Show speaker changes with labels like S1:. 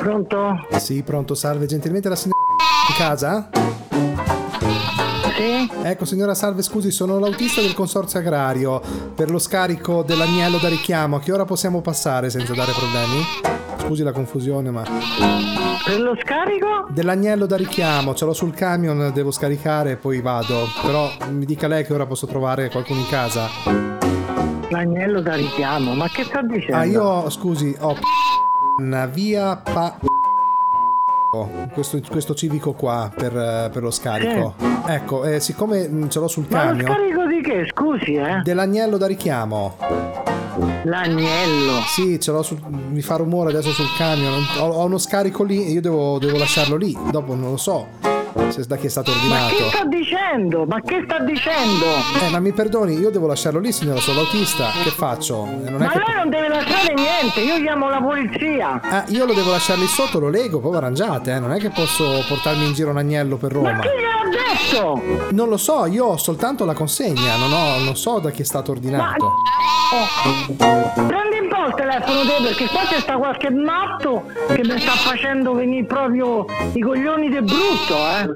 S1: Pronto?
S2: Sì, pronto, salve, gentilmente la signora in casa?
S1: Sì?
S2: Ecco signora, salve, scusi, sono l'autista del consorzio agrario per lo scarico dell'agnello da richiamo. A che ora possiamo passare senza dare problemi? Scusi la confusione, ma...
S1: Per lo scarico?
S2: Dell'agnello da richiamo, ce l'ho sul camion, devo scaricare e poi vado. Però mi dica lei che ora posso trovare qualcuno in casa.
S1: L'agnello da richiamo, ma che sta dicendo?
S2: Ah, io, scusi, ho... una Via pa... Questo, questo civico qua per, eh, per lo scarico. Ecco, eh, siccome mm, ce l'ho sul
S1: Ma lo
S2: camion...
S1: scarico di che? Scusi, eh?
S2: Dell'agnello da richiamo.
S1: L'agnello.
S2: Sì, ce l'ho sul- mi fa rumore adesso sul camion. Ho, ho uno scarico lì e io devo, devo lasciarlo lì. Dopo non lo so se da chi è stato
S1: Ma che
S2: ordinato.
S1: sta dicendo? Ma che sta dicendo?
S2: Eh, ma mi perdoni, io devo lasciarlo lì, signora, sono l'autista. Che faccio? Eh, Non è
S1: Ma
S2: che...
S1: lei non deve lasciare niente, io chiamo la polizia.
S2: Ah, io lo devo lasciare lì sotto, lo lego, poi arrangiate, eh. Non è che posso portarmi in giro un agnello per
S1: Ma
S2: Roma.
S1: chi gliel'ha detto?
S2: Non lo so, io ho soltanto la consegna, non, ho, non so da chi è stato
S1: Ma...
S2: ordinato.
S1: Oh. Prendi un po' il telefono te perché qua c'è sta qualche matto che mi sta facendo venire proprio i coglioni del brutto, eh?